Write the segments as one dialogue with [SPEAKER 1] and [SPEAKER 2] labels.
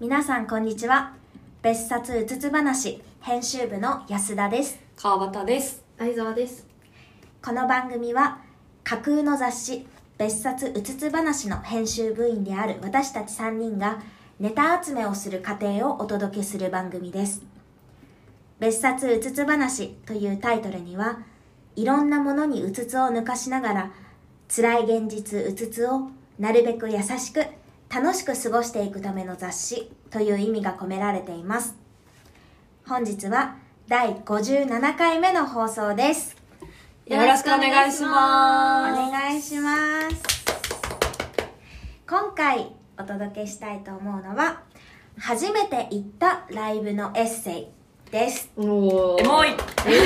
[SPEAKER 1] 皆さんこんにちは別冊うつつ話編集部の安田です
[SPEAKER 2] 川端です
[SPEAKER 3] 相沢です
[SPEAKER 1] この番組は架空の雑誌別冊うつつ話の編集部員である私たち3人がネタ集めをする過程をお届けする番組です別冊うつつ話というタイトルにはいろんなものにうつつを抜かしながら辛い現実うつつをなるべく優しく楽しく過ごしていくための雑誌という意味が込められています本日は第57回目の放送です
[SPEAKER 2] よろしくお願いし
[SPEAKER 1] お
[SPEAKER 2] ます
[SPEAKER 1] 願いします今回お届けしたいと思うのは初めて行ったライブのエッセイです
[SPEAKER 3] お
[SPEAKER 2] エモい エ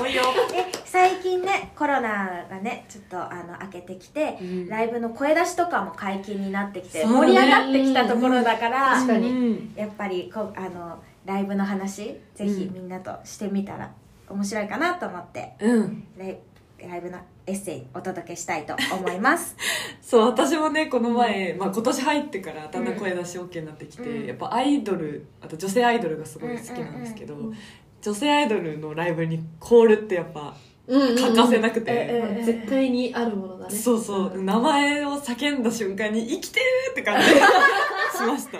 [SPEAKER 2] モいよ
[SPEAKER 1] え最近ねコロナがねちょっとあの明けてきて、
[SPEAKER 2] ん
[SPEAKER 1] ライブの声出しとかも解禁になってきて、
[SPEAKER 2] そうね
[SPEAKER 1] 盛り上がってきたところだから、
[SPEAKER 3] 確かに
[SPEAKER 2] うん
[SPEAKER 1] やっぱりこうあのライブの話ぜひみんなとしてみたら面白いかなと思って、
[SPEAKER 2] うん
[SPEAKER 1] ライライブのエッセイお届けしたいと思います。
[SPEAKER 2] そう私もねこの前、まあ、今年入ってからだんだん声出し OK になってきて、
[SPEAKER 1] うん
[SPEAKER 2] やっぱアイドルあと女性アイドルがすごい好きなんですけど、女性アイドルのライブにコールってやっぱ欠かせなくて、
[SPEAKER 1] うんうん
[SPEAKER 3] 絶対にあるものだね
[SPEAKER 2] そうそう名前を叫んだ瞬間に生きてるって感じ しました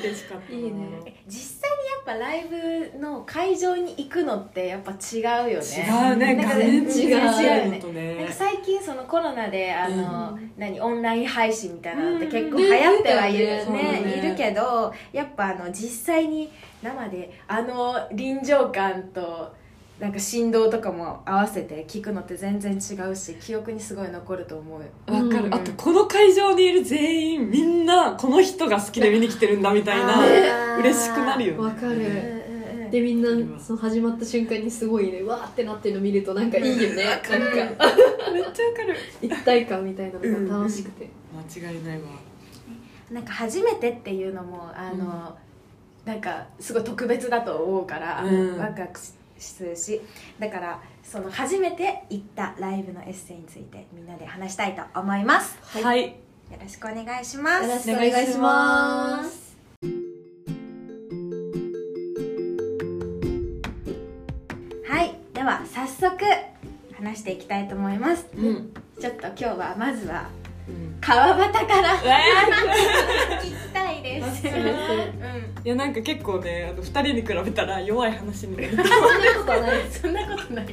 [SPEAKER 2] 嬉しかったない
[SPEAKER 3] いね
[SPEAKER 4] 実際にやっぱライブの会場に行くのってやっぱ違うよね
[SPEAKER 2] 違うね
[SPEAKER 4] なんか
[SPEAKER 2] 全
[SPEAKER 4] 違う
[SPEAKER 2] 然
[SPEAKER 4] よ
[SPEAKER 2] 違う
[SPEAKER 4] ね
[SPEAKER 2] のと
[SPEAKER 4] なんか
[SPEAKER 2] ね
[SPEAKER 4] 最近そのコロナであの、何オンライン配信みたいなのって結構
[SPEAKER 3] うん
[SPEAKER 4] 流行ってはいる、
[SPEAKER 3] 出て
[SPEAKER 4] ね
[SPEAKER 2] ねそ
[SPEAKER 3] たよ
[SPEAKER 2] うだね
[SPEAKER 4] いるけどやっぱあの実際に生であの臨場感となんか振動とかも合わせて聞くのって全然違うし記憶にすごい残ると思うよ
[SPEAKER 2] わかる
[SPEAKER 4] うん
[SPEAKER 2] あとこの会場にいる全員みんなこの人が好きで見に来てるんだみたい
[SPEAKER 3] あ
[SPEAKER 2] な
[SPEAKER 3] ー
[SPEAKER 2] 嬉しくなるよね
[SPEAKER 3] わか
[SPEAKER 4] うん
[SPEAKER 3] る
[SPEAKER 4] うんうん
[SPEAKER 3] でみんなその始まった瞬間にすごいねわーってなってるの見るとなんかいいよねなんか
[SPEAKER 2] めっちゃわかる
[SPEAKER 3] 一体感みたいなのが楽しくて
[SPEAKER 2] 間違いないわ
[SPEAKER 4] なんか初めてっていうのもあの、なんかすごい特別だと思うから、
[SPEAKER 2] うん
[SPEAKER 4] ワクワクするしだからその初めて行ったライブのエッセイについてみんなで話したいと思います
[SPEAKER 2] はい
[SPEAKER 1] よろしくお願いします。
[SPEAKER 3] よろしくお願いします
[SPEAKER 1] はい、では早速話していきたいと思います。
[SPEAKER 2] うんうん
[SPEAKER 4] ちょっと今日はまずは川端から聞きたいです う ん
[SPEAKER 2] いやなんか結構ねあの2人に比べたら弱い話にな る
[SPEAKER 3] そんなことはないです
[SPEAKER 4] そんなことない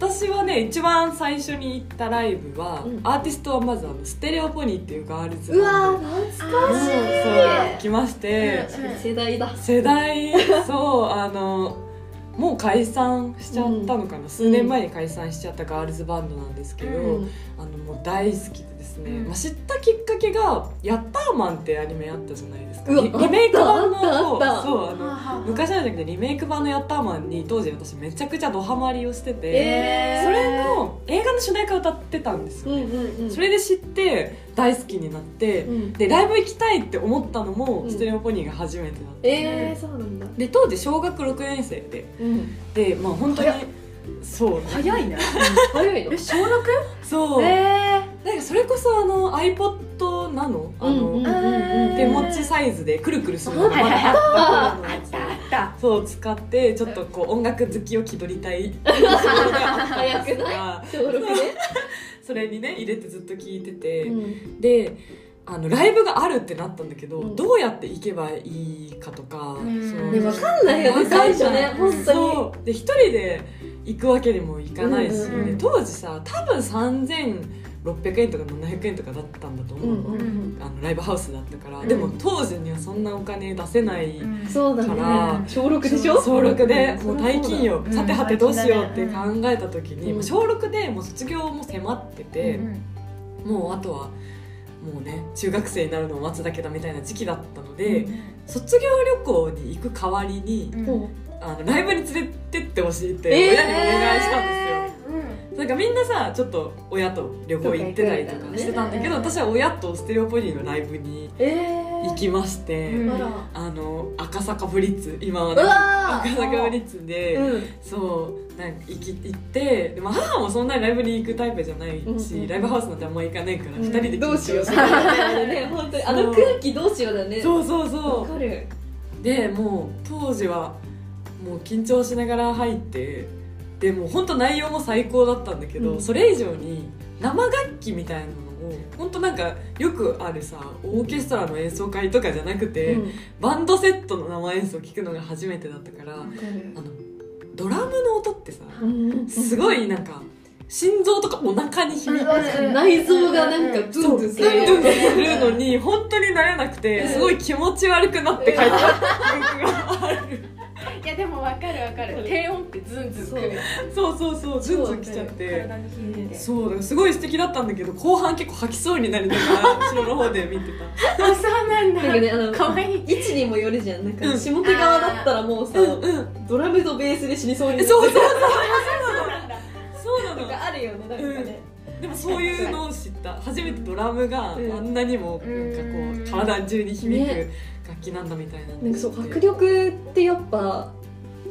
[SPEAKER 2] 私はね一番最初に行ったライブは、
[SPEAKER 3] うん
[SPEAKER 2] アーティストはまずあのステレオポニーっていうガールズ
[SPEAKER 3] うわ
[SPEAKER 2] バンド
[SPEAKER 3] ー
[SPEAKER 2] う
[SPEAKER 3] 懐
[SPEAKER 2] ん
[SPEAKER 3] か
[SPEAKER 2] そう
[SPEAKER 3] し
[SPEAKER 2] 来まして、
[SPEAKER 3] い世代だ
[SPEAKER 2] 世代 そうあのもう解散しちゃったのかな、数年前に解散しちゃったガールズバンドなんですけど、
[SPEAKER 3] うん
[SPEAKER 2] あのもう大好きでですね、
[SPEAKER 4] うん
[SPEAKER 2] まあ、知ったきっかけが「ヤッターマン」ってアニメあったじゃないですか
[SPEAKER 3] うわ
[SPEAKER 2] リリメイク版の
[SPEAKER 3] あったあった
[SPEAKER 2] そうあの昔のじゃなくてリメイク版の「ヤッターマン」に当時私めちゃくちゃドハマりをしてて、
[SPEAKER 3] えー
[SPEAKER 2] それの映画の主題歌歌ってたんです
[SPEAKER 3] う
[SPEAKER 2] よ、
[SPEAKER 3] んうんうん
[SPEAKER 2] それで知って大好きになって、
[SPEAKER 3] うん
[SPEAKER 2] でライブ行きたいって思ったのも、
[SPEAKER 3] うん
[SPEAKER 2] ステレオポニーが初めてだった
[SPEAKER 3] えーそうなんだ
[SPEAKER 2] で当時小学6年生で
[SPEAKER 3] うん
[SPEAKER 2] でまあ本当にそう
[SPEAKER 4] 早いね
[SPEAKER 3] 早いの
[SPEAKER 4] え小6
[SPEAKER 2] そう、
[SPEAKER 4] え
[SPEAKER 2] なんかそれこそあの iPod なのあの、
[SPEAKER 3] うんうんうんうん
[SPEAKER 2] 手持ちサイズでくるくるするのがまだあった頃のやつ
[SPEAKER 4] だ
[SPEAKER 2] そう使ってちょっとこう音楽好きを気取りたい
[SPEAKER 3] 早くない
[SPEAKER 2] が
[SPEAKER 3] 小6
[SPEAKER 2] それにね入れてずっと聞いてて、
[SPEAKER 3] でうん
[SPEAKER 2] であのライブがあるってなったんだけど、
[SPEAKER 3] うん
[SPEAKER 2] どうやって行けばいいかとか、
[SPEAKER 4] うん
[SPEAKER 2] その
[SPEAKER 3] ねわかんないよ
[SPEAKER 2] わか
[SPEAKER 3] ね
[SPEAKER 2] んな
[SPEAKER 3] 最
[SPEAKER 2] い
[SPEAKER 3] 初ね本当
[SPEAKER 2] そうで一人で行くわけにもいかないし、
[SPEAKER 3] うん
[SPEAKER 4] うん
[SPEAKER 2] で当時さ多分3600円とか700円とかだったんだと
[SPEAKER 3] にう
[SPEAKER 2] 思うの、
[SPEAKER 3] んうんうん
[SPEAKER 2] あのライブハウスだったから、
[SPEAKER 4] うん
[SPEAKER 2] でも当時にはそんなお金出せない
[SPEAKER 3] そうだ
[SPEAKER 2] から
[SPEAKER 3] ね小6でしょ
[SPEAKER 2] 小6で
[SPEAKER 3] うん
[SPEAKER 2] もう大金よ、
[SPEAKER 4] うん
[SPEAKER 2] さてはてどうしようって考えた時
[SPEAKER 3] う
[SPEAKER 2] に、
[SPEAKER 3] ん
[SPEAKER 2] もう小6でもう卒業も迫ってて、もうあとはもうね中学生になるのを待つだけだみたいな時期だったので、卒業旅行に行く代わりに、
[SPEAKER 3] も
[SPEAKER 2] あのライブに連れてってほしいって
[SPEAKER 3] えー
[SPEAKER 2] 親にお願いしたんですよ、
[SPEAKER 4] うん
[SPEAKER 2] そなんかみんなさちょっと親と旅行行ってたりと
[SPEAKER 3] どっか行く
[SPEAKER 2] か
[SPEAKER 3] みたいなね
[SPEAKER 2] してたんだけど私は親とステレオポニーのライブに
[SPEAKER 3] え
[SPEAKER 2] 行きまして、
[SPEAKER 4] うん
[SPEAKER 3] あら
[SPEAKER 2] あの赤坂ブリッツ今は
[SPEAKER 3] う
[SPEAKER 2] ね
[SPEAKER 3] わ
[SPEAKER 2] 赤坂ブリッツで、
[SPEAKER 3] うん
[SPEAKER 2] そうなんか行き行ってでも母もそんなにライブに行くタイプじゃないし、
[SPEAKER 3] うんうん
[SPEAKER 2] ライブハウスなんてあんま行かないから、
[SPEAKER 3] うん
[SPEAKER 2] 二人で緊張
[SPEAKER 3] どうしよう
[SPEAKER 2] そ
[SPEAKER 3] そうだよ ね本当にあの空気どうしようだね
[SPEAKER 2] うそう
[SPEAKER 3] わ
[SPEAKER 2] そ
[SPEAKER 3] かる
[SPEAKER 2] うでもう当時はもう緊張しながら入ってでもう本当内容も最高だったんだけど、
[SPEAKER 3] うん
[SPEAKER 2] それ以上に生楽器みたいなのを本当なんかよくあるさオーケストラの演奏会とかじゃなくて、
[SPEAKER 3] うん
[SPEAKER 2] バンドセットの生演奏聞くのが初めてだったから、
[SPEAKER 3] わかる
[SPEAKER 2] あのドラムの音ってさ、
[SPEAKER 3] うん
[SPEAKER 2] すごいなんか心臓とかお腹に響いて
[SPEAKER 3] 内臓がなんかブンブンす
[SPEAKER 2] ドゥン
[SPEAKER 3] る
[SPEAKER 2] ドゥンするのに本当に慣れなくてすごい気持ち悪くなって帰った 記憶がある
[SPEAKER 4] いやでもわかるわかる低音ってズンズンくる
[SPEAKER 2] そうそうそうズンズン来ちゃって
[SPEAKER 4] 体に響いて
[SPEAKER 2] そうだからすごい素敵だったんだけど後半結構吐きそうになりながら後ろの方で見て
[SPEAKER 4] あそうなん
[SPEAKER 3] なんかねあの
[SPEAKER 4] 可愛い
[SPEAKER 3] 位置にもよるじゃんなん
[SPEAKER 2] う
[SPEAKER 3] か
[SPEAKER 2] ん
[SPEAKER 3] 下手側だったらもうさ
[SPEAKER 2] たうんうん
[SPEAKER 3] ドラムとベースで死にそうにな
[SPEAKER 2] え
[SPEAKER 3] る
[SPEAKER 2] そうそうそう
[SPEAKER 4] なんだ
[SPEAKER 2] そうな
[SPEAKER 3] と
[SPEAKER 2] の
[SPEAKER 3] かあるよねなんかね
[SPEAKER 2] でもそういうのを知った初めてドラムがあ
[SPEAKER 3] うん
[SPEAKER 2] んなにもなんかこう体中に響く楽器なんだみたいな
[SPEAKER 3] なんかそう迫力ってやっぱ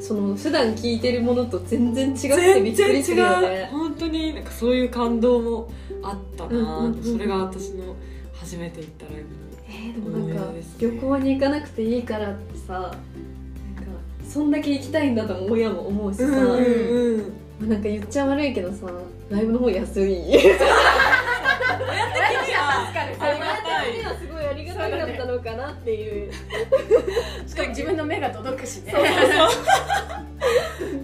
[SPEAKER 3] その普段聞いてるものと全然違ってびっくりするよ
[SPEAKER 2] 全然違う
[SPEAKER 3] ね
[SPEAKER 2] 本当になんかそういう感動もあったな、
[SPEAKER 3] うんうんうん
[SPEAKER 2] それが私の初めて行ったライブの
[SPEAKER 3] えーでもなんか
[SPEAKER 2] 思い出ですね
[SPEAKER 3] 旅行に行かなくていいからってさなんかそんだけ行きたいんだとも親も思うしさ、
[SPEAKER 2] うん
[SPEAKER 3] ま
[SPEAKER 2] うんうん
[SPEAKER 3] あなんか言っちゃ悪いけどさライブの方安い
[SPEAKER 4] 助かる
[SPEAKER 2] ありがたい
[SPEAKER 3] 親はすごいありがたかったのかなっていう
[SPEAKER 4] しかも自分の目が届くしね
[SPEAKER 2] なんか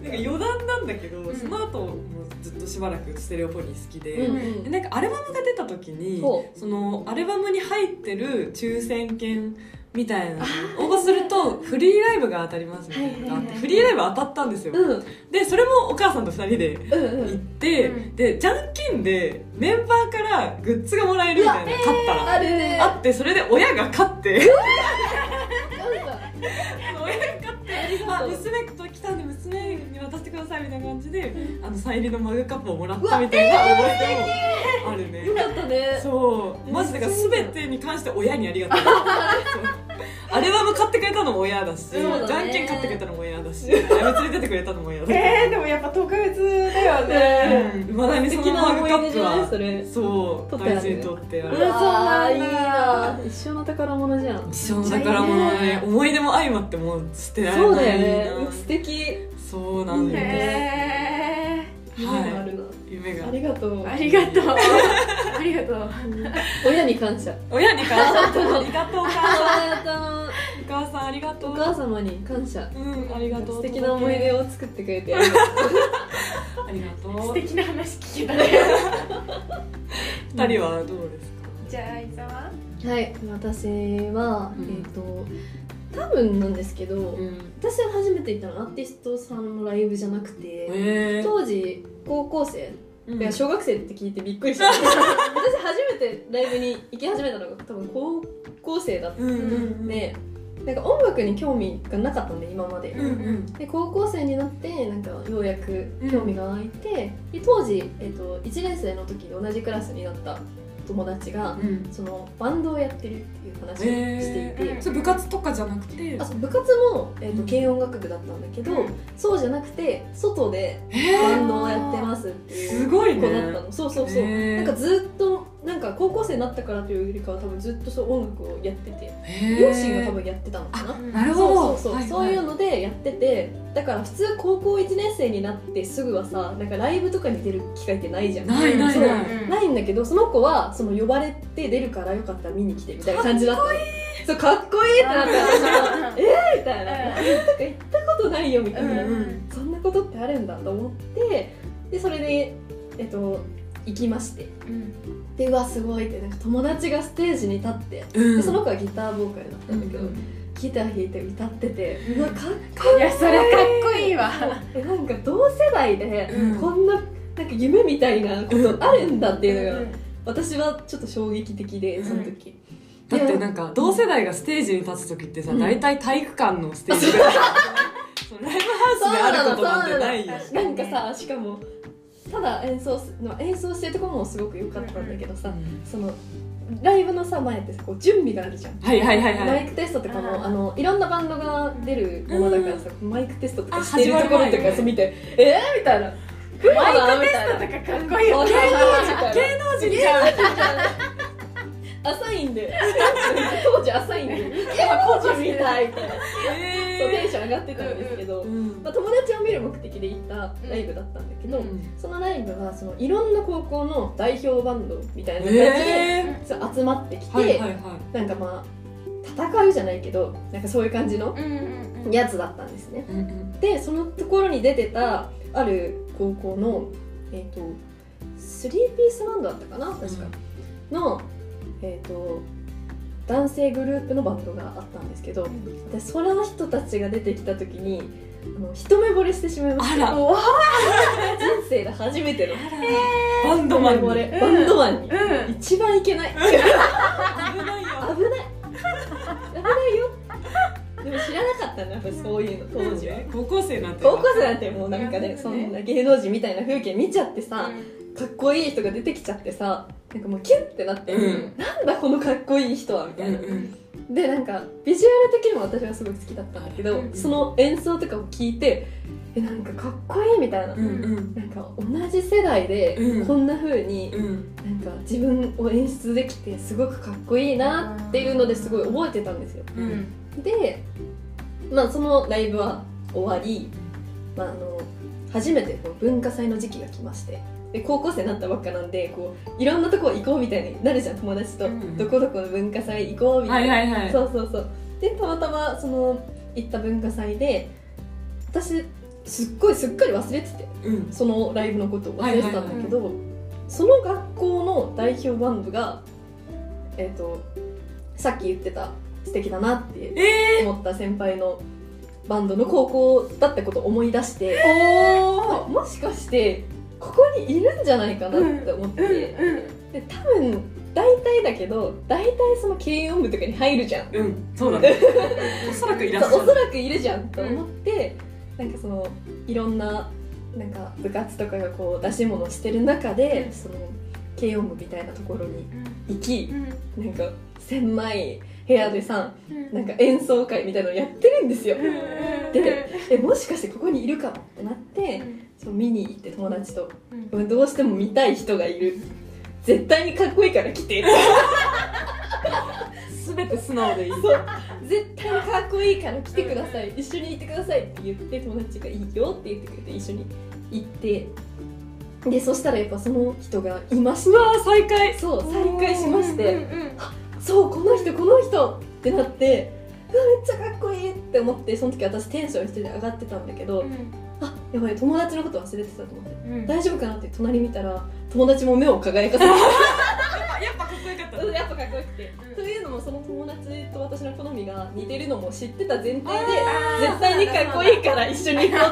[SPEAKER 2] 余談なんだけど、
[SPEAKER 4] ん
[SPEAKER 2] その後もずっとしばらくステレオポニー好きで、
[SPEAKER 3] うん
[SPEAKER 2] でなんかアルバムが出た時に
[SPEAKER 3] ほ
[SPEAKER 2] そのアルバムに入ってる抽選券みたいなのを応募するとフリーライブが当たりますみたいなのが
[SPEAKER 4] は
[SPEAKER 2] あって、
[SPEAKER 4] いはいはい
[SPEAKER 2] フリーライブ当たったんですよ、
[SPEAKER 3] うんうん
[SPEAKER 2] でそれもお母さんと2人で
[SPEAKER 3] うんう
[SPEAKER 2] 行っ
[SPEAKER 3] ん
[SPEAKER 2] て、
[SPEAKER 4] うん
[SPEAKER 2] でじゃんけんでメンバーからグッズがもらえるみたいな勝ったら、
[SPEAKER 3] あるね
[SPEAKER 2] あってそれで親が勝って
[SPEAKER 3] なんか
[SPEAKER 2] 親が勝ってあ娘と来たんで娘に渡してくださいみたいな感じであのサイン入りのマグカップをもらったみたいな思い出もあるね
[SPEAKER 3] よかったね
[SPEAKER 2] そうマジだから全てに関して親にありがと うそうアルバム買ってくれたのも親だし
[SPEAKER 3] そうだね
[SPEAKER 2] じゃんけん買ってくれたのも親だ しライブ連れてってくれたのも親だし
[SPEAKER 4] えー、でもやっぱ特別だよね
[SPEAKER 2] いまだにそ
[SPEAKER 3] 素
[SPEAKER 2] の
[SPEAKER 3] 敵な
[SPEAKER 2] マグ
[SPEAKER 3] 思
[SPEAKER 2] カ
[SPEAKER 3] い出
[SPEAKER 2] ップ
[SPEAKER 3] じゃない
[SPEAKER 2] は
[SPEAKER 3] それ
[SPEAKER 2] そう
[SPEAKER 3] 撮ってある
[SPEAKER 2] 大事にとってあ
[SPEAKER 4] う
[SPEAKER 2] る
[SPEAKER 4] んそうなんだ
[SPEAKER 3] あーいいな一生の宝物じゃん
[SPEAKER 2] 一生の宝物だ
[SPEAKER 4] めっちゃいいね
[SPEAKER 2] ね思い出も相まってもう捨てられない
[SPEAKER 3] そうだよね
[SPEAKER 2] な
[SPEAKER 3] 素敵
[SPEAKER 2] そうなんだよね
[SPEAKER 4] へ
[SPEAKER 3] 夢があ
[SPEAKER 2] は
[SPEAKER 3] るな、
[SPEAKER 2] い夢が
[SPEAKER 3] ありがとう
[SPEAKER 4] ー、ありがとうありがとう
[SPEAKER 3] 親に感謝
[SPEAKER 2] 親 に感謝 ありがとうお母さん
[SPEAKER 3] 母方
[SPEAKER 2] お母さんありがと
[SPEAKER 3] お
[SPEAKER 2] う
[SPEAKER 3] 母様に感謝
[SPEAKER 2] うんありがとう
[SPEAKER 3] 素敵な思い出を作ってくれてありが
[SPEAKER 2] ありがと
[SPEAKER 4] 素
[SPEAKER 2] う
[SPEAKER 4] 敵な話聞けたね
[SPEAKER 2] 二人はどうですか
[SPEAKER 4] じゃあ伊沢
[SPEAKER 3] とうはい私は、
[SPEAKER 2] うん
[SPEAKER 3] えっ、と多分なんですけど、
[SPEAKER 2] うん
[SPEAKER 3] 私が初めて行ったのはアーティストさんのライブじゃなくて、
[SPEAKER 2] え
[SPEAKER 3] 当時高校生、
[SPEAKER 2] うん
[SPEAKER 3] いや小学生って聞いてびっ くりした私初めてライブに行き始めたのが多分高校生だった
[SPEAKER 2] うんうん
[SPEAKER 3] でなんか音楽に興味がなかったんで今まで、
[SPEAKER 2] うんうん
[SPEAKER 3] で高校生になってなんかようやく興味が湧いて、で当時、えっと1年生の時同じクラスになった友達が
[SPEAKER 2] うん
[SPEAKER 3] そのバンドをやってるっていう話をしていて、
[SPEAKER 2] えーそれ部活とかじゃなくて
[SPEAKER 3] あそう部活も、えっと軽音楽部だったんだけど、
[SPEAKER 4] うん
[SPEAKER 3] そうじゃなくて外で
[SPEAKER 2] え
[SPEAKER 3] バンドをやってますってい
[SPEAKER 2] す
[SPEAKER 3] う
[SPEAKER 2] ごい
[SPEAKER 3] 子
[SPEAKER 2] ね
[SPEAKER 3] だったのそうそうそう、
[SPEAKER 2] へー
[SPEAKER 3] なんかずっとなんか高校生になったからというよりかは多分ずっとそう音楽をやってて両親が多分やってたのかな
[SPEAKER 2] なるほ
[SPEAKER 3] そ
[SPEAKER 2] ど
[SPEAKER 3] うそうそう、
[SPEAKER 2] はいは
[SPEAKER 3] そういうのでやっててだから普通高校1年生になってすぐはさなんかライブとかに出る機会ってないじゃん
[SPEAKER 2] ないないない
[SPEAKER 4] そううん
[SPEAKER 3] ないんだけどその子はその呼ばれて出るからよかったら見に来てみたいな感じだったのそうかっこいいってなったら
[SPEAKER 4] あー
[SPEAKER 3] えーみたいなライブとか行ったことないよみたいな、
[SPEAKER 2] うんうん
[SPEAKER 3] そんなことってあるんだと思ってでそれでえっと行きまして
[SPEAKER 4] うん
[SPEAKER 3] でうわすごいってなんか友達がステージに立って
[SPEAKER 2] う
[SPEAKER 3] で
[SPEAKER 2] ん
[SPEAKER 3] その子はギターボーカルだったんだけど、ギター弾いて歌ってて
[SPEAKER 4] うん
[SPEAKER 3] うわかっこいい
[SPEAKER 4] いやそれかっこいいわ
[SPEAKER 3] えなんか同世代で
[SPEAKER 2] うん
[SPEAKER 3] こんななんか夢みたいなことあるんだっていうの
[SPEAKER 4] う
[SPEAKER 3] が
[SPEAKER 4] ん
[SPEAKER 3] 私はちょっと衝撃的でその時、
[SPEAKER 2] だってなんか同世代がステージに立つ時ってさ、
[SPEAKER 3] うん
[SPEAKER 2] 大体体育館のステージがそのライブハウスであることなんてないよ
[SPEAKER 4] そうなのそう
[SPEAKER 3] なんかさしかもただ演奏すの演奏してるところもすごく良かったんだけど
[SPEAKER 2] う
[SPEAKER 3] さ、
[SPEAKER 2] ん
[SPEAKER 3] そのライブのさ前ってさこう準備があるじゃん
[SPEAKER 2] はいはいはいは
[SPEAKER 3] マイ
[SPEAKER 2] い
[SPEAKER 3] クテストとか
[SPEAKER 4] あー
[SPEAKER 3] もあのいろんなバンドが出るものだからさ、マイクテストとかしてる
[SPEAKER 2] あ
[SPEAKER 3] と
[SPEAKER 2] 始
[SPEAKER 3] こ
[SPEAKER 2] まる前
[SPEAKER 3] ろと
[SPEAKER 2] ね
[SPEAKER 3] かさ見て「えー?」みたいな「来るのかな?」みたいな。
[SPEAKER 4] かかっこいいよ
[SPEAKER 3] 芸
[SPEAKER 4] ね
[SPEAKER 3] 能人
[SPEAKER 2] 芸能人じゃん
[SPEAKER 3] 浅いんで当時浅いんで今コーチみ たいみたいなそうテン
[SPEAKER 2] え
[SPEAKER 3] ション上がってたんですけど、
[SPEAKER 2] ーうん
[SPEAKER 3] まあ、友達を見る目的で行ったライブだったんだけど、そのライブはそのいろんな高校の代表バンドみたいな感じで、
[SPEAKER 2] え
[SPEAKER 3] そう集まってき
[SPEAKER 2] ー
[SPEAKER 3] て、
[SPEAKER 2] はいはいはい
[SPEAKER 3] なんかまあ戦うじゃないけどなんかそういう感じの
[SPEAKER 4] うんうんうん
[SPEAKER 3] やつだったんですね。
[SPEAKER 2] うんうん
[SPEAKER 3] でそのところに出てたある高校のえっ、とスリーピースバンドだったかな確か、のえっ、と男性グループのバンドがあったんですけど、でその人たちが出てきた時にあの一目惚れしてしまいまし
[SPEAKER 2] あ
[SPEAKER 3] た
[SPEAKER 2] ら
[SPEAKER 3] 人生で初めての
[SPEAKER 2] あらバンドマン
[SPEAKER 3] 一目惚
[SPEAKER 2] に
[SPEAKER 3] れバンドマンに、
[SPEAKER 4] うん
[SPEAKER 3] 一番いけない危な
[SPEAKER 2] 危
[SPEAKER 3] い
[SPEAKER 2] ないよ
[SPEAKER 3] 危ないよでも知らなかったなやっぱそういうの当時は。
[SPEAKER 2] 高校生なんて
[SPEAKER 3] 高校生なんてもうなんかね
[SPEAKER 4] なるほ
[SPEAKER 3] そ
[SPEAKER 4] どね
[SPEAKER 3] んな芸能人みたいな風景見ちゃってさ、かっこいい人が出てきちゃってさなんかもうキュッてなって、
[SPEAKER 2] うん
[SPEAKER 3] なんだこのかっこいい人はみ
[SPEAKER 2] う
[SPEAKER 3] たい
[SPEAKER 2] ん
[SPEAKER 3] な、
[SPEAKER 2] うん
[SPEAKER 3] でなんかビジュアル的にも私はすごい好きだったんだけど、
[SPEAKER 4] うん
[SPEAKER 3] その演奏とかを聞いてえなんかかっこいいみたいな、
[SPEAKER 2] うんうん
[SPEAKER 3] なんか同じ世代で
[SPEAKER 2] うん
[SPEAKER 3] こんな風に
[SPEAKER 2] うん
[SPEAKER 3] なんか自分を演出できてすごくかっこいいなっていうのですごい覚えてたんですよ
[SPEAKER 2] うんうん
[SPEAKER 3] で、まあ、そのライブは終わり、まあ、あの初めてこう文化祭の時期が来ましてで高校生になったばっかなんでこういろんなとこ行こうみたいになるじゃん友達と、
[SPEAKER 4] うん
[SPEAKER 3] どこどこの文化祭行こうみた
[SPEAKER 2] はいい
[SPEAKER 3] な、
[SPEAKER 2] はいはい
[SPEAKER 3] そうそうそうでたまたまその行った文化祭で私すっごいすっかり忘れてて
[SPEAKER 2] うん
[SPEAKER 3] そのライブのことを忘れてたんだけど、その学校の代表バンドがえっ、とさっき言ってた素敵だなっていう
[SPEAKER 2] え
[SPEAKER 3] 思った先輩のバンドの高校だったことを思い出して
[SPEAKER 4] おお
[SPEAKER 3] あもしかしてここにいるんじゃないかなって思って、で多分大体だけど大体その軽音部とかに入るじゃん
[SPEAKER 2] ーうんそうだねおそらくいらっし
[SPEAKER 3] そう
[SPEAKER 2] ゃ
[SPEAKER 3] お
[SPEAKER 2] る
[SPEAKER 3] そらくいるじゃんと思って、なんかそのいろんななんか部活とかがこう出し物をしてる中で、
[SPEAKER 4] うん
[SPEAKER 3] その軽音部みたいなところに
[SPEAKER 4] う
[SPEAKER 3] 行き
[SPEAKER 4] ん
[SPEAKER 3] なんか狭い部屋でさ
[SPEAKER 4] うん
[SPEAKER 3] なんか演奏会みたいなのやってるんですよ。
[SPEAKER 4] うんうん
[SPEAKER 3] でえもしかしてここにいるかもってなってそう見に行って友達と「うんどうしても見たい人がいる絶対にかっこいいから来て」
[SPEAKER 2] すべて素直でいい
[SPEAKER 3] そう絶対にかっこいいから来てください一緒に行ってくださいって言って友達が「いいよ」って言ってくれて一緒に行ってでそしたらやっぱその人がいまし
[SPEAKER 2] う
[SPEAKER 3] て
[SPEAKER 2] わー再会
[SPEAKER 3] そう再会しまして
[SPEAKER 4] うんうん
[SPEAKER 3] 「そうこの人この人!」ってなって「うわめっちゃかっこいい!」って思ってその時私テンション一人で上がってたんだけど「あやばい友達のこと忘れてた」と思っ
[SPEAKER 4] うん
[SPEAKER 3] て。
[SPEAKER 4] うん
[SPEAKER 3] 大丈夫かなって隣見たら友達も目を輝かせて
[SPEAKER 2] あやっぱかっこよかった
[SPEAKER 3] やっぱかっこよくて、 というのもその友達と私の好みが似てるのも知ってた前提で
[SPEAKER 4] あー
[SPEAKER 3] 絶対にかっこいいから一緒に行こ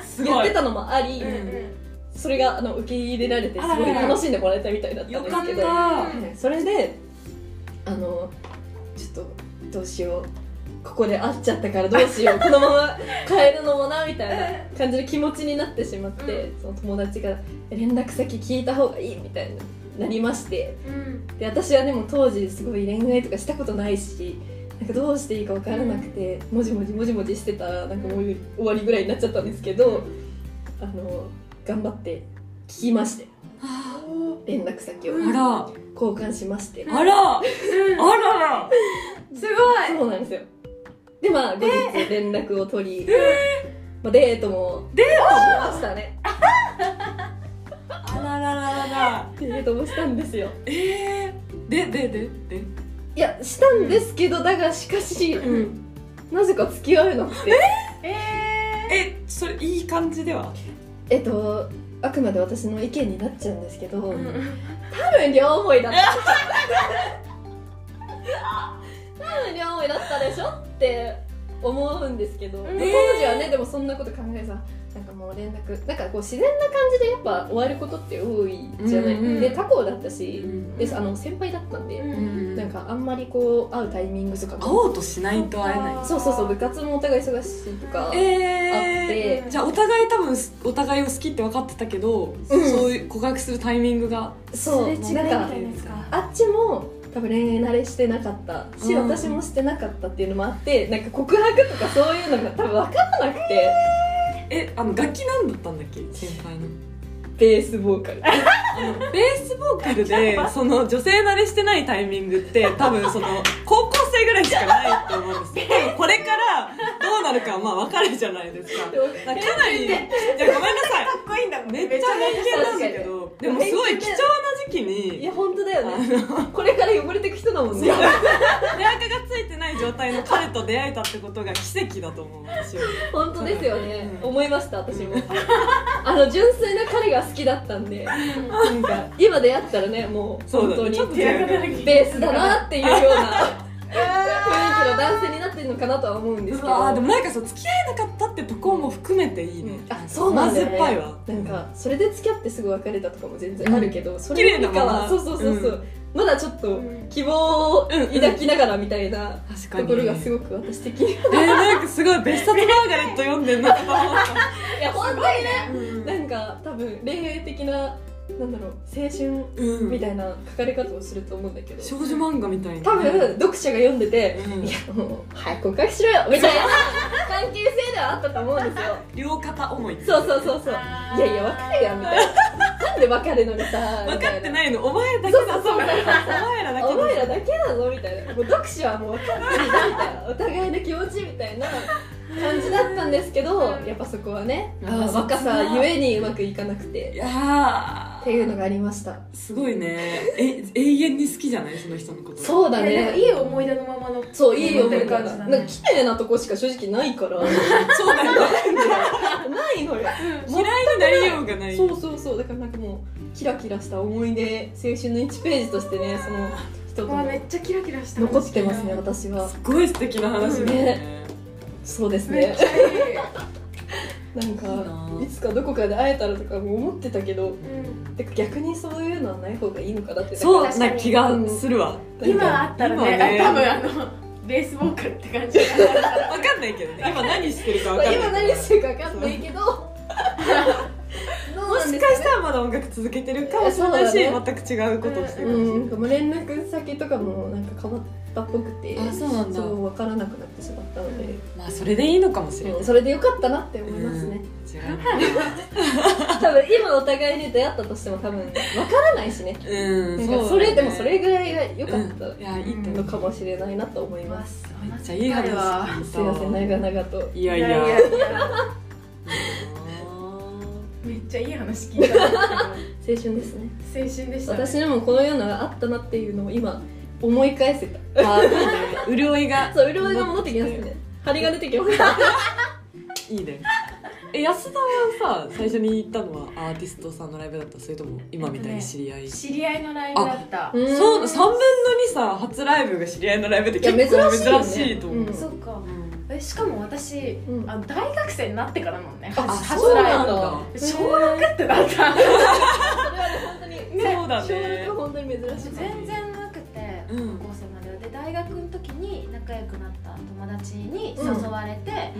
[SPEAKER 3] う
[SPEAKER 2] す
[SPEAKER 3] って言っ
[SPEAKER 2] ごい
[SPEAKER 3] てたのもあり、
[SPEAKER 2] うん
[SPEAKER 3] それがあの受け入れられてすご
[SPEAKER 2] あらら
[SPEAKER 3] い
[SPEAKER 2] ら
[SPEAKER 3] 楽しんでもらえたみたいだった
[SPEAKER 2] よ
[SPEAKER 3] んで
[SPEAKER 2] か
[SPEAKER 3] す
[SPEAKER 2] っ
[SPEAKER 3] けど
[SPEAKER 2] た
[SPEAKER 3] はいそれであのちょっとどうしようここで会っちゃったからどうし ようこのまま帰るのもなみたいな感じの気持ちになってしまって、その友達が連絡先聞いた方がいいみたいになりまして
[SPEAKER 4] うん
[SPEAKER 3] で私はでも当時すごい恋愛とかしたことないしなんかどうしていいか分からなくて、もじもじもじもじしてたらなんかもう終わりぐらいになっちゃったんですけどあの頑張って聞きまして
[SPEAKER 2] あ
[SPEAKER 3] 連絡先を
[SPEAKER 4] うん
[SPEAKER 3] 交
[SPEAKER 2] ら
[SPEAKER 3] 換しまして、
[SPEAKER 2] あらあら
[SPEAKER 4] すごい
[SPEAKER 3] そうなんですよでまあ後日連絡を取り、まあ、デートも
[SPEAKER 2] デー
[SPEAKER 3] しましたね
[SPEAKER 2] トあららららら
[SPEAKER 3] デートもしたんですよ
[SPEAKER 2] えーでででで
[SPEAKER 3] いやしたんですけどだがしかし、
[SPEAKER 2] ん
[SPEAKER 3] なぜか付き合えなくて
[SPEAKER 4] え
[SPEAKER 2] えそれいい感じでは
[SPEAKER 3] えっとあくまで私の意見になっちゃうんですけど、
[SPEAKER 4] ーうん
[SPEAKER 3] 多分両思いだった多分両思いだったでしょって思うんですけど、
[SPEAKER 4] うん
[SPEAKER 3] 当時はねでもそんなこと考えさなんかもう連絡なんかこう自然な感じでやっぱ終わることって多いじゃない、
[SPEAKER 2] うんうん
[SPEAKER 3] で他校だったし、
[SPEAKER 2] ん
[SPEAKER 3] であの先輩だったんで、
[SPEAKER 2] うん
[SPEAKER 3] なんかあんまりこう会うタイミングとか
[SPEAKER 2] 会おうとしないと会えない
[SPEAKER 3] そうそうそう部活もお互い忙しいとか
[SPEAKER 2] え
[SPEAKER 3] あ
[SPEAKER 2] ー、じゃあお互い多分お互いを好きって分かってたけど、そういう告白するタイミングが
[SPEAKER 3] そう
[SPEAKER 4] すれ違いみ
[SPEAKER 3] な
[SPEAKER 4] た
[SPEAKER 3] んか
[SPEAKER 4] いなやつか
[SPEAKER 3] あっちも多分恋愛慣れしてなかったし、
[SPEAKER 2] うん
[SPEAKER 3] 私もしてなかったっていうのもあってなんか告白とかそういうのが多分分かんなくて、
[SPEAKER 2] えあの楽器なんだったんだっけ先輩の
[SPEAKER 3] ベースボ ーカル
[SPEAKER 2] ベースボーカル でその女性慣れしてないタイミングって多分その高校生ぐらいしかないと思うんですよ多分これからどうなるかはまあ分かるじゃないですかだからかなりいやごめんなさい
[SPEAKER 4] っこいいんだもん
[SPEAKER 2] めっちゃ偏見なんだけど でもすごい貴重な時期
[SPEAKER 3] い
[SPEAKER 2] に
[SPEAKER 3] や本当だよね
[SPEAKER 2] あの
[SPEAKER 3] これから汚れてく人だもんね
[SPEAKER 2] 出垢がついてない状態の彼と出会えたってことが奇跡だと思うんですよ
[SPEAKER 3] 本当ですよね、
[SPEAKER 2] うん
[SPEAKER 3] 思いました私もあの純粋な彼が好きだったんでなんか今出会ったらねもう
[SPEAKER 2] そう
[SPEAKER 3] 本
[SPEAKER 2] だ
[SPEAKER 3] 当
[SPEAKER 2] ね
[SPEAKER 3] に
[SPEAKER 2] ちょっと
[SPEAKER 4] 手垢だら
[SPEAKER 2] 違
[SPEAKER 4] け
[SPEAKER 2] う
[SPEAKER 3] ベースだなっていうような雰囲気の男性になってるのかなとは思うんですけ
[SPEAKER 2] う
[SPEAKER 3] ど
[SPEAKER 2] わーでもなんかそう付き合えなかったってとこも含めていいね、
[SPEAKER 3] うんあそうなんだよね
[SPEAKER 2] まずっぱいわ
[SPEAKER 3] なんかそれで付き合ってすぐ別れたとかも全然あるけど、そ
[SPEAKER 2] 綺
[SPEAKER 3] れよ
[SPEAKER 2] 麗
[SPEAKER 3] り
[SPEAKER 2] な
[SPEAKER 3] か
[SPEAKER 2] まま
[SPEAKER 3] はそうそうそうそう、
[SPEAKER 2] う
[SPEAKER 3] まだちょっと
[SPEAKER 4] うん
[SPEAKER 3] 希望を抱きながらみたいな
[SPEAKER 2] 確か
[SPEAKER 3] と
[SPEAKER 2] に
[SPEAKER 3] ころがすごく私的に
[SPEAKER 2] えー、なんかすごい別冊マーガレット読んでんなとか思った
[SPEAKER 3] いや本当にね
[SPEAKER 2] うん
[SPEAKER 3] なんか多分恋愛的ななんだろう青春
[SPEAKER 2] うん
[SPEAKER 3] みたいな書かれ方をすると思うんだけど
[SPEAKER 2] 少女漫画みたいな
[SPEAKER 3] 多分読者が読んでて
[SPEAKER 2] うん
[SPEAKER 3] いやもう早く告白しろよみたいな関係性ではあったと思うんですよ
[SPEAKER 2] 両肩思い
[SPEAKER 3] そうそうそうそういやいやわかるやんみたいななんでわかるのにさ
[SPEAKER 2] 分かって
[SPEAKER 3] い
[SPEAKER 2] ないのお前だけ
[SPEAKER 3] そう
[SPEAKER 2] だ
[SPEAKER 3] そう
[SPEAKER 2] ぞ
[SPEAKER 3] そう
[SPEAKER 2] お前らだけだ
[SPEAKER 3] お前ら
[SPEAKER 2] だ
[SPEAKER 3] だけだぞみたいなもう読者はもう分かってるぞみたいなお互いの気持ちみたいな感じだったんですけどやっぱそこはね
[SPEAKER 2] あー
[SPEAKER 3] 若さゆえにうまくいかなくて
[SPEAKER 2] いや
[SPEAKER 3] っていうのがありました
[SPEAKER 2] ーすごいねえ永遠に好きじゃないその人のこと
[SPEAKER 3] そうだ
[SPEAKER 4] いやでもい
[SPEAKER 3] ね
[SPEAKER 4] い思い出のままの
[SPEAKER 3] そういいよ
[SPEAKER 4] 思っ
[SPEAKER 3] み
[SPEAKER 4] て
[SPEAKER 3] た
[SPEAKER 4] る
[SPEAKER 3] いな
[SPEAKER 4] 感じだ
[SPEAKER 3] なん
[SPEAKER 4] ね
[SPEAKER 3] か綺麗なとこしか正直ないから
[SPEAKER 2] そうだよね
[SPEAKER 3] ないのよ
[SPEAKER 2] 嫌いになりようがない
[SPEAKER 3] そうそうそうだからなんかもうキラキラした思い出青春の1ページとしてねその人と
[SPEAKER 4] わあめ
[SPEAKER 3] も
[SPEAKER 4] っちゃキラキラした
[SPEAKER 3] 残ってますね私は
[SPEAKER 2] すごい素敵な話だね
[SPEAKER 3] そうです
[SPEAKER 4] めっ
[SPEAKER 3] ね
[SPEAKER 4] ちゃいい、
[SPEAKER 3] なんか
[SPEAKER 2] いいない
[SPEAKER 3] つかどこかで会えたらとかも思ってたけど
[SPEAKER 4] うん、
[SPEAKER 3] てか逆にそういうのはない方がいいのかなって
[SPEAKER 2] そうな気がするわ
[SPEAKER 4] 今あったらね
[SPEAKER 2] 今ね
[SPEAKER 4] 多分あのベースボーカルって感じだから
[SPEAKER 2] 分かんないけどね今何してるか分
[SPEAKER 3] なんか
[SPEAKER 2] かんない
[SPEAKER 3] 今何してるか分かんない けどどう
[SPEAKER 2] も
[SPEAKER 3] なん
[SPEAKER 2] し
[SPEAKER 3] で
[SPEAKER 2] か
[SPEAKER 3] すか
[SPEAKER 2] し
[SPEAKER 3] ね
[SPEAKER 2] たらまだ音楽続けてるかもしれないし、
[SPEAKER 3] いやそ
[SPEAKER 2] 全く違うことをしてるかも
[SPEAKER 3] うん、なん
[SPEAKER 2] し
[SPEAKER 3] かもう連絡先とかもなんか変わったっぽくて
[SPEAKER 2] れない、あそうなんだ
[SPEAKER 3] そう分からなくなってしまったので、
[SPEAKER 2] まあそれでいいのかもしれない、
[SPEAKER 3] うんそれでよかったなって思いますね、多分今お互いに出会ったとしても多分分からないしね
[SPEAKER 2] 違ううん、
[SPEAKER 3] なん
[SPEAKER 2] そうだね
[SPEAKER 3] かそれでもそれぐらいが良かった
[SPEAKER 2] うんいやいいと思う
[SPEAKER 3] のかもしれないなと思います、
[SPEAKER 2] めっちゃいい話聞いた
[SPEAKER 3] すいません長々と
[SPEAKER 2] いやい
[SPEAKER 4] い
[SPEAKER 2] や
[SPEAKER 4] やいやいや
[SPEAKER 2] う
[SPEAKER 4] めっちゃいい話聞いたんです
[SPEAKER 3] 青春ですね
[SPEAKER 4] けど青春でした、ね、
[SPEAKER 3] 私でもこのようなのがあったなっていうのを今思い返せた
[SPEAKER 2] んあーいいね潤いが
[SPEAKER 3] そう潤いが戻ってきますね張りが出てきました
[SPEAKER 2] いいねえ安田はさ最初に行ったのはアーティストさんのライブだったそれとも今みたいに知り合い、
[SPEAKER 4] 知り合いのライブだった
[SPEAKER 3] うーん
[SPEAKER 2] そう3分の2さ初ライブが知り合いのライブって結
[SPEAKER 3] いや
[SPEAKER 2] 構
[SPEAKER 3] 珍しいよね
[SPEAKER 2] 珍しいと思う、
[SPEAKER 3] うん
[SPEAKER 4] そっか
[SPEAKER 2] うん
[SPEAKER 4] えしかも私
[SPEAKER 3] うん
[SPEAKER 4] あ大学生になってからなのね
[SPEAKER 3] あ
[SPEAKER 2] あ
[SPEAKER 4] 初
[SPEAKER 2] そうな
[SPEAKER 4] 初
[SPEAKER 2] ん
[SPEAKER 4] ライ
[SPEAKER 2] だ
[SPEAKER 4] ブ小6ってなった
[SPEAKER 3] それはね本当に
[SPEAKER 2] そうだね
[SPEAKER 3] 小学は本当に珍しい
[SPEAKER 4] 全然なくて
[SPEAKER 2] う
[SPEAKER 4] 高
[SPEAKER 2] ん
[SPEAKER 4] 校生まではで大学の時に仲良くなった友達に誘われて、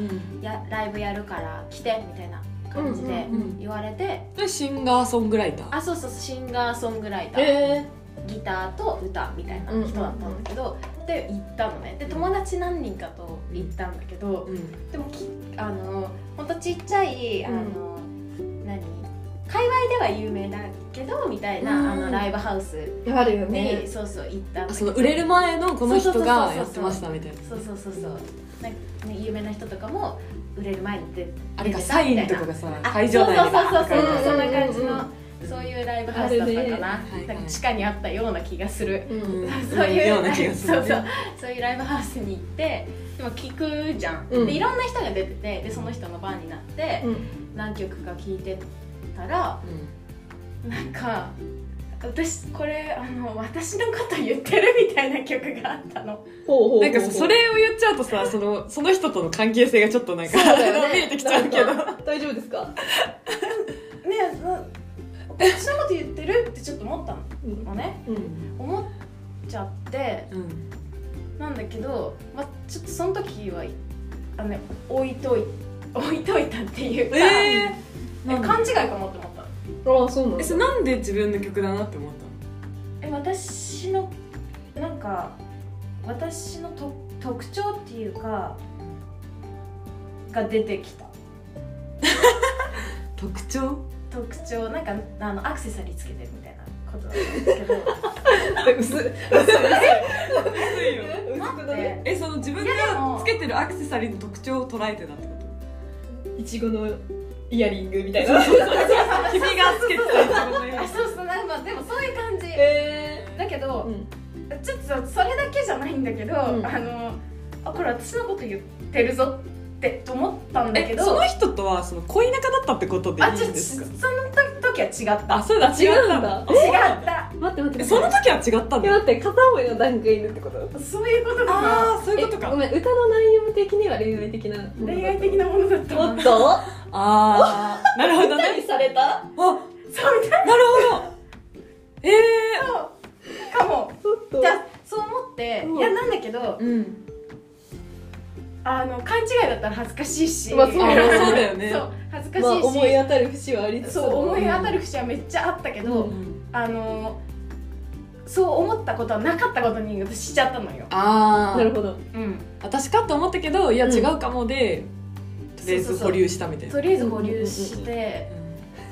[SPEAKER 4] やライブやるから来てみたいな感じで
[SPEAKER 2] うんうん
[SPEAKER 4] 言われて、
[SPEAKER 2] でシンガーソングライター
[SPEAKER 4] あそうそうシンガーソングライター、
[SPEAKER 3] え
[SPEAKER 4] ギターと歌みたいな人だったんだけど、で行ったのねで友達何人かと行ったんだけど、
[SPEAKER 2] うん
[SPEAKER 4] でもきあのほんとちっちゃいあの、何界隈では有名だけどみたいな、
[SPEAKER 2] うん
[SPEAKER 4] あのライブハウス
[SPEAKER 3] ー、あるよ
[SPEAKER 4] に、
[SPEAKER 3] ね
[SPEAKER 4] そうそう行ったんだけ
[SPEAKER 2] あ
[SPEAKER 4] ど
[SPEAKER 2] その売れる前のこの
[SPEAKER 4] そうそ
[SPEAKER 2] 人が
[SPEAKER 4] うそうそう
[SPEAKER 2] やってましたみたいな
[SPEAKER 4] そうそうそうそうなんか、ね、有名な人とかも売れる前に出
[SPEAKER 2] あれかサインとかがさ会場内
[SPEAKER 4] そう
[SPEAKER 2] で
[SPEAKER 4] そうそうそう、
[SPEAKER 3] うんうんうん
[SPEAKER 4] そんな感じのそういうライブハウスだったかな,、
[SPEAKER 2] あるね
[SPEAKER 4] なんか地下にあったような気がする、
[SPEAKER 3] うんうん
[SPEAKER 4] そういう
[SPEAKER 2] ような気がする
[SPEAKER 4] そ
[SPEAKER 2] ね
[SPEAKER 4] うそうそういうライブハウスに行ってでも聞くじゃん、
[SPEAKER 3] うん
[SPEAKER 4] でいろんな人が出ててでその人の番になって何曲か聞いてたらなんか私これあの私のこと言ってるみたいな曲があったの
[SPEAKER 3] ほうほうほう
[SPEAKER 2] なんかさそれを言っちゃうとさそのその人との関係性がちょっとなんか
[SPEAKER 3] そうだよね
[SPEAKER 2] 見えてきちゃうけど
[SPEAKER 3] なんか 大丈夫ですか
[SPEAKER 4] ねえな私のこと言ってるってちょっと思った
[SPEAKER 3] うん
[SPEAKER 4] のね
[SPEAKER 2] うん
[SPEAKER 4] 思っちゃって
[SPEAKER 2] うん
[SPEAKER 4] なんだけど、まあ、ちょっとその時はあの、ね、置いとい置いといたっていうか、
[SPEAKER 2] えー、
[SPEAKER 4] え
[SPEAKER 2] なん
[SPEAKER 4] 勘
[SPEAKER 2] で
[SPEAKER 4] 違いかもって思ったの
[SPEAKER 3] ああそうなん
[SPEAKER 2] え
[SPEAKER 3] だ
[SPEAKER 2] それなんで自分の曲だなって思った
[SPEAKER 4] え
[SPEAKER 2] の
[SPEAKER 4] 私のなんか私のと特徴っていうかが出てきた
[SPEAKER 2] 特徴
[SPEAKER 4] 特徴なんかあのアクセサリーつけてるみたいなことだったんだけど
[SPEAKER 3] え薄い
[SPEAKER 2] 薄いよ
[SPEAKER 3] 薄
[SPEAKER 4] だ
[SPEAKER 3] くな
[SPEAKER 4] っ
[SPEAKER 3] い
[SPEAKER 4] て
[SPEAKER 2] えその自分
[SPEAKER 4] いやでも
[SPEAKER 2] がつけてるアクセサリーの特徴を捉えてたってこと
[SPEAKER 3] いちごのイヤリングみたいな
[SPEAKER 2] 君がつけてたりするのよ
[SPEAKER 4] あそうそうなんかでもそういう感じ
[SPEAKER 3] え
[SPEAKER 4] だけ
[SPEAKER 3] ーう
[SPEAKER 4] ど
[SPEAKER 3] ん
[SPEAKER 4] ちょっとそれだけじゃないんだけど、
[SPEAKER 3] うん
[SPEAKER 4] あのあこれ私のこと言ってるぞって思ったんだけ
[SPEAKER 2] え
[SPEAKER 4] ど
[SPEAKER 2] その人とはその恋仲だったってことでいい
[SPEAKER 4] あ
[SPEAKER 2] ん
[SPEAKER 4] ちょっと
[SPEAKER 2] で
[SPEAKER 4] そ
[SPEAKER 2] す
[SPEAKER 4] の
[SPEAKER 2] か
[SPEAKER 4] 時は違った
[SPEAKER 2] あそうだ
[SPEAKER 3] 違
[SPEAKER 2] 違
[SPEAKER 3] う
[SPEAKER 2] った
[SPEAKER 3] ん
[SPEAKER 2] んだ
[SPEAKER 3] だ
[SPEAKER 4] 違った
[SPEAKER 3] 待って待っ
[SPEAKER 2] え
[SPEAKER 3] て
[SPEAKER 2] その時は違ったん
[SPEAKER 3] いや
[SPEAKER 2] だ
[SPEAKER 3] 待って片思いの段階でってこと
[SPEAKER 4] そういうことかな
[SPEAKER 2] ああそういうこと
[SPEAKER 3] えご
[SPEAKER 2] か
[SPEAKER 3] めん歌の内容的には恋愛的なものだった
[SPEAKER 4] 恋愛的なものだった
[SPEAKER 3] お
[SPEAKER 4] な
[SPEAKER 3] っと
[SPEAKER 2] ああなるほど
[SPEAKER 3] 歌に
[SPEAKER 2] ね
[SPEAKER 3] された
[SPEAKER 2] あ
[SPEAKER 4] そうみたい
[SPEAKER 2] なるほどええ
[SPEAKER 4] なかも
[SPEAKER 3] ちょっと
[SPEAKER 4] じゃあそう思って
[SPEAKER 3] うん
[SPEAKER 4] いやなんだけど
[SPEAKER 2] うん
[SPEAKER 4] あの勘違いだったら恥ずかしいし、
[SPEAKER 3] まあそう
[SPEAKER 2] あーそうだよ ね
[SPEAKER 4] そう恥ずかしいし、
[SPEAKER 3] まあ思い当たる節はありつつ
[SPEAKER 4] そう思い当たる節はめっちゃあったけど、
[SPEAKER 2] うん
[SPEAKER 4] あのそう思ったことはなかったことに私しちゃったのよ、
[SPEAKER 2] あ
[SPEAKER 3] なる
[SPEAKER 2] あ
[SPEAKER 3] ほど
[SPEAKER 4] うん、
[SPEAKER 2] 私かと思ったけどいや
[SPEAKER 3] うん
[SPEAKER 2] 違うかもでとり
[SPEAKER 4] そうそう
[SPEAKER 2] あえず
[SPEAKER 4] そう
[SPEAKER 2] 保留したみたいな
[SPEAKER 4] とりあえず保留して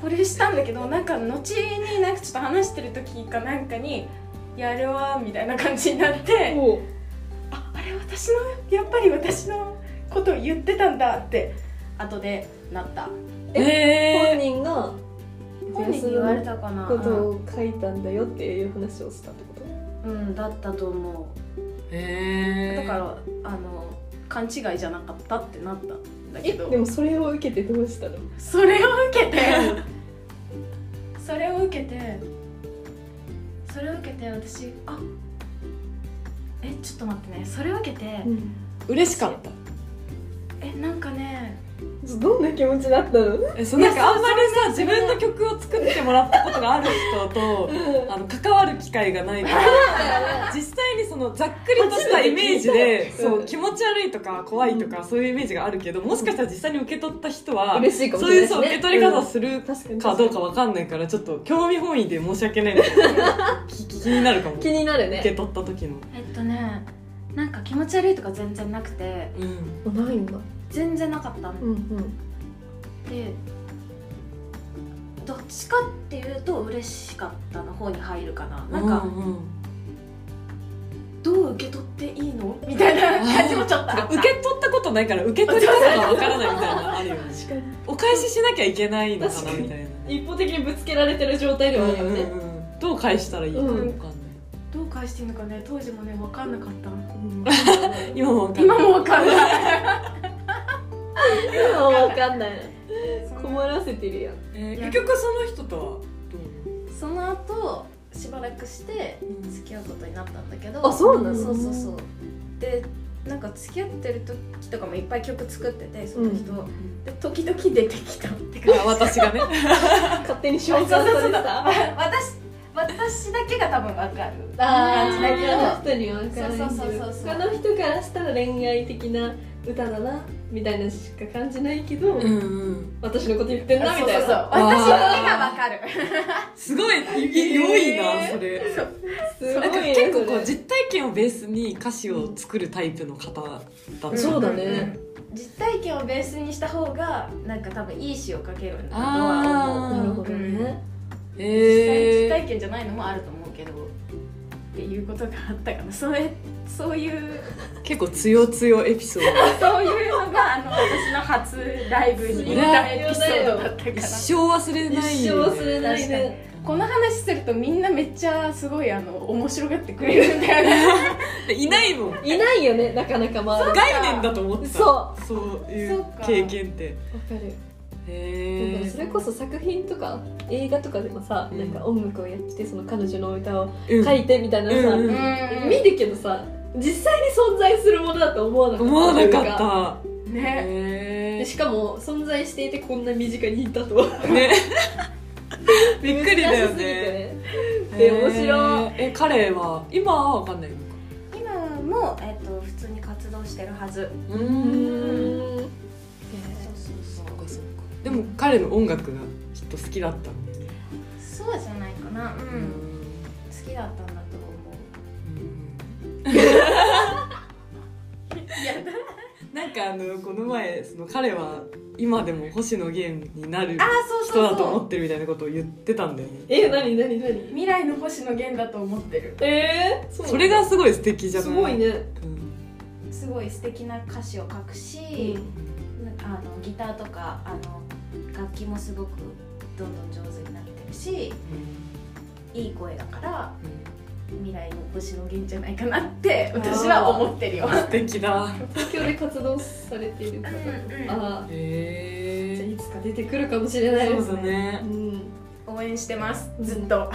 [SPEAKER 4] 保留したんだけどなんか後になんかちょっと話してる時かなんかに「いやあれは」みたいな感じになって
[SPEAKER 3] おう
[SPEAKER 4] 「ああれ私のやっぱり私のことを言ってたんだ」って後でなった
[SPEAKER 2] え
[SPEAKER 3] 本
[SPEAKER 2] え
[SPEAKER 3] 人が
[SPEAKER 4] 本人に言われたかな
[SPEAKER 3] ことを書いたんだよっていう話をしたってこと
[SPEAKER 4] うんだったと思う
[SPEAKER 2] え
[SPEAKER 4] だからあの勘違いじゃなかったってなったんだけ
[SPEAKER 3] え
[SPEAKER 4] ど
[SPEAKER 3] でもそれを受けてどうしたの
[SPEAKER 4] それを受け てそれを受けてそれを受けて私あえちょっと待ってねそれを受けて
[SPEAKER 2] 嬉しかった
[SPEAKER 4] えなんかね
[SPEAKER 3] どんな気持ちだったの
[SPEAKER 2] えそうなん
[SPEAKER 4] いや
[SPEAKER 2] かあ
[SPEAKER 4] そう
[SPEAKER 2] んまりさ
[SPEAKER 4] そ
[SPEAKER 2] 自
[SPEAKER 4] うなん
[SPEAKER 2] 分の曲を作ってもらったことがある人とあの関わる機会がないから実際にそのざっくりとしたイメージで
[SPEAKER 3] 初めて聞いた
[SPEAKER 2] そううん気持ち悪いとか怖いとかそういうイメージがあるけどもしかしたら実際に受け取った人は
[SPEAKER 3] 嬉しいかも
[SPEAKER 2] そ
[SPEAKER 3] し
[SPEAKER 2] ういう
[SPEAKER 3] れないし
[SPEAKER 2] そう
[SPEAKER 3] ね
[SPEAKER 2] 受け取り方を
[SPEAKER 3] うん
[SPEAKER 2] する
[SPEAKER 3] 確かに
[SPEAKER 2] かどうかわかんないからちょっと興味本位で申し訳ないんだけど気気になるか も
[SPEAKER 3] 気になる
[SPEAKER 2] 受け
[SPEAKER 3] ね
[SPEAKER 2] 取った時の。
[SPEAKER 4] えっとねなんか気持ち悪いとか全然なくて
[SPEAKER 2] うん
[SPEAKER 3] ないんだ
[SPEAKER 4] 全然なかったん
[SPEAKER 3] うんうん
[SPEAKER 4] でどっちかっていうと嬉しかったの方に入るかななん
[SPEAKER 2] う
[SPEAKER 4] か
[SPEAKER 2] うん
[SPEAKER 4] どう受け取っていいのみたいな感じもちょっとあった
[SPEAKER 2] 受け取ったことないから受け取り方がわからないみたいな のあるよね
[SPEAKER 3] 確かに
[SPEAKER 2] お返ししなきゃいけないのかなみた いな。
[SPEAKER 3] 一方的にぶつけられてる状態ではあるよ
[SPEAKER 2] うん
[SPEAKER 3] ね
[SPEAKER 2] うんうんどう返したらいいかわかんない、
[SPEAKER 4] どう返していいのかね当時もね分かんなかった
[SPEAKER 3] うん
[SPEAKER 2] 今もわかんな
[SPEAKER 4] 今
[SPEAKER 2] い
[SPEAKER 4] も分かんない
[SPEAKER 3] 今はわかんない
[SPEAKER 4] そ
[SPEAKER 3] 困らせてるやん
[SPEAKER 2] えー結局その人とはどう
[SPEAKER 4] の後しばらくして
[SPEAKER 2] うん
[SPEAKER 4] 付き合うことになったんだけど
[SPEAKER 3] あそうなの
[SPEAKER 4] そうそうそうでなんか付き合ってる時とかもいっぱい曲作っててその人、で時々出てきたって感じ
[SPEAKER 2] あ私がね
[SPEAKER 3] 勝手に召喚されてたあ
[SPEAKER 4] 私私だけが多分わかる
[SPEAKER 3] あ
[SPEAKER 4] 感じだけど
[SPEAKER 3] ー他の人には分からない
[SPEAKER 4] そうそう
[SPEAKER 3] けど
[SPEAKER 4] そうそう
[SPEAKER 3] 他の人からしたら恋愛的な歌だなみたいなしか感じないけど
[SPEAKER 2] うんうん
[SPEAKER 3] 私のこと言ってんなみたい
[SPEAKER 4] そう
[SPEAKER 3] な
[SPEAKER 4] そうそう私だけがわかる
[SPEAKER 2] すごいい良いなそれな
[SPEAKER 3] す
[SPEAKER 2] んか
[SPEAKER 3] ごいね
[SPEAKER 2] 結構こう
[SPEAKER 3] それ
[SPEAKER 2] 実体験をベースに歌詞を作るタイプの方だったの
[SPEAKER 3] そうだね
[SPEAKER 4] うん実体験をベースにした方がなんか多分いい詩を書けるんだとは思う
[SPEAKER 2] あー
[SPEAKER 3] なるほどね
[SPEAKER 4] 実際実
[SPEAKER 2] え
[SPEAKER 4] 体験じゃないのもあると思うけどっていうことがあったかなそういうそういう
[SPEAKER 2] ー、結構強強エピソード
[SPEAKER 4] そういうのがあの私の初ライブに行ったエピソードだったか
[SPEAKER 2] 一
[SPEAKER 4] な
[SPEAKER 2] 生忘れ
[SPEAKER 3] 一
[SPEAKER 2] ない
[SPEAKER 3] 生
[SPEAKER 2] よね
[SPEAKER 3] 忘れないね
[SPEAKER 4] この話するとみんなめっちゃすごいあの面白がってくれるんだよね
[SPEAKER 2] いないもん
[SPEAKER 3] いないよねなかなか周り
[SPEAKER 2] 概念だと思ってた
[SPEAKER 3] そう
[SPEAKER 2] そうい
[SPEAKER 4] そうっか
[SPEAKER 2] 経験って
[SPEAKER 3] わかる
[SPEAKER 2] へ
[SPEAKER 3] だから
[SPEAKER 2] え
[SPEAKER 3] それこそ作品とか映画とかでもさ、
[SPEAKER 2] うん
[SPEAKER 3] なんか音楽をやってその彼女の歌を
[SPEAKER 2] うん
[SPEAKER 3] 書いてみたいなさ、
[SPEAKER 2] うんうん
[SPEAKER 3] 見るけどさ実際に存在するものだと思わなかった
[SPEAKER 2] 思わなかっ
[SPEAKER 3] という
[SPEAKER 2] た
[SPEAKER 4] ね
[SPEAKER 3] で
[SPEAKER 2] へ
[SPEAKER 3] しかも存在していてこんな身近にいたとは
[SPEAKER 2] えね びっくりだよ
[SPEAKER 3] 難しすぎて
[SPEAKER 2] ね
[SPEAKER 3] で面白
[SPEAKER 2] いえ彼は今は分かんないのか
[SPEAKER 4] 今も、えっと普通に活動してるはず
[SPEAKER 2] うー
[SPEAKER 3] うー
[SPEAKER 2] ん
[SPEAKER 3] ん
[SPEAKER 4] そうそう
[SPEAKER 2] そうかそうかでも彼の音楽がきっと好きだったんだよね
[SPEAKER 4] そうそうじゃないかなうん、
[SPEAKER 2] う
[SPEAKER 4] 好きだったんだと思う
[SPEAKER 2] うんなんかあのこの前その彼は今でも星野源になる
[SPEAKER 4] ああそう
[SPEAKER 2] 人
[SPEAKER 4] そ
[SPEAKER 2] だ
[SPEAKER 4] う
[SPEAKER 2] と
[SPEAKER 4] そ
[SPEAKER 2] 思
[SPEAKER 4] う
[SPEAKER 2] ってるみたいなことを言ってたんだよね
[SPEAKER 3] え何何何
[SPEAKER 4] 未来の星野源だと思ってる
[SPEAKER 3] えー、う
[SPEAKER 2] それがすごい素敵じゃな
[SPEAKER 3] す
[SPEAKER 2] い
[SPEAKER 3] ごいね、
[SPEAKER 2] うん
[SPEAKER 4] すごい素敵な歌詞を書くし、あのギターとかあの楽器もすごくどんどん上手になってるしいい声だから未来の星野源じゃないかなって私は思ってるよ。
[SPEAKER 2] 素敵だ
[SPEAKER 3] 東京で活動されている方
[SPEAKER 4] うんうん
[SPEAKER 3] ああじゃあ
[SPEAKER 2] へえ
[SPEAKER 3] いつか出てくるかもしれないで
[SPEAKER 2] そう
[SPEAKER 3] す
[SPEAKER 2] だね
[SPEAKER 3] うん
[SPEAKER 4] 応援してますずっと。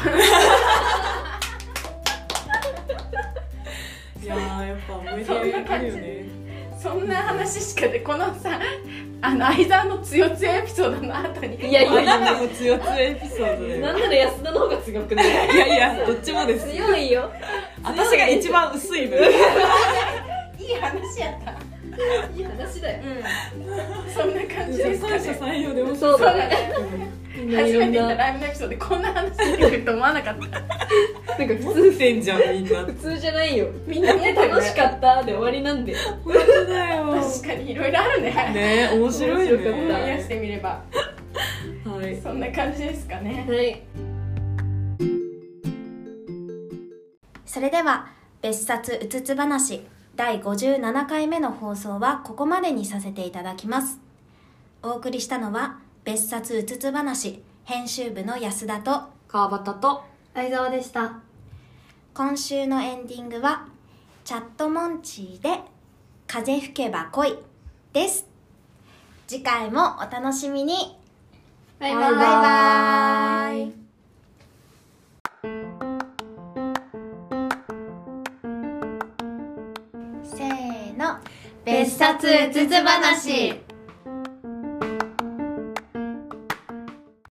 [SPEAKER 2] いやーやっぱ思い
[SPEAKER 4] そん
[SPEAKER 2] 出
[SPEAKER 4] な
[SPEAKER 2] が
[SPEAKER 4] 感
[SPEAKER 2] い
[SPEAKER 4] じ
[SPEAKER 2] いよね
[SPEAKER 4] そんな話しかでこのさあの相沢の強強エピソードの後に
[SPEAKER 3] いやい
[SPEAKER 2] あ
[SPEAKER 3] や
[SPEAKER 2] なたも強強エピソードだ
[SPEAKER 3] な
[SPEAKER 2] よ
[SPEAKER 3] んなら安田の方が強くない
[SPEAKER 2] いやいやどっちもです
[SPEAKER 3] 強いよ
[SPEAKER 2] 私が一番薄い分
[SPEAKER 4] いい話やった。
[SPEAKER 3] いい話だよ
[SPEAKER 4] うん。そんな感じですか
[SPEAKER 2] 三者
[SPEAKER 4] ね。
[SPEAKER 2] 三様で面白
[SPEAKER 3] そう
[SPEAKER 2] い
[SPEAKER 3] だ
[SPEAKER 4] だ
[SPEAKER 3] ね
[SPEAKER 4] ね
[SPEAKER 3] みんな
[SPEAKER 4] 初
[SPEAKER 3] いろ
[SPEAKER 4] め
[SPEAKER 3] ん
[SPEAKER 4] て行った
[SPEAKER 3] なな
[SPEAKER 4] ライブ
[SPEAKER 3] んか
[SPEAKER 4] のエピソードでこんな話出てくると思わなかった。
[SPEAKER 3] 普
[SPEAKER 2] 持っ
[SPEAKER 3] 通
[SPEAKER 2] てんじゃんみんな
[SPEAKER 3] 普通じゃないよ
[SPEAKER 4] みんな
[SPEAKER 3] ね
[SPEAKER 4] 見たよ
[SPEAKER 3] 楽し
[SPEAKER 4] ね。
[SPEAKER 3] かったで終わりなんで
[SPEAKER 2] 本当だよ
[SPEAKER 4] 確かにいろいろあるね。
[SPEAKER 2] ね面白い
[SPEAKER 3] 面白か
[SPEAKER 4] 思い
[SPEAKER 3] っ
[SPEAKER 2] ね
[SPEAKER 4] 出してみれば
[SPEAKER 2] はい
[SPEAKER 4] そんな感じですかね。
[SPEAKER 3] はい
[SPEAKER 1] それでは別冊うつつ話第57回目の放送はここまでにさせていただきますお送りしたのは別冊うつつ話編集部の安田と
[SPEAKER 2] 川端と
[SPEAKER 3] 相沢でした
[SPEAKER 1] 今週のエンディングはチャットモンチーで風吹けば来いです次回もお楽しみに
[SPEAKER 3] バ
[SPEAKER 1] バイバイせーの
[SPEAKER 3] 別冊うつつ話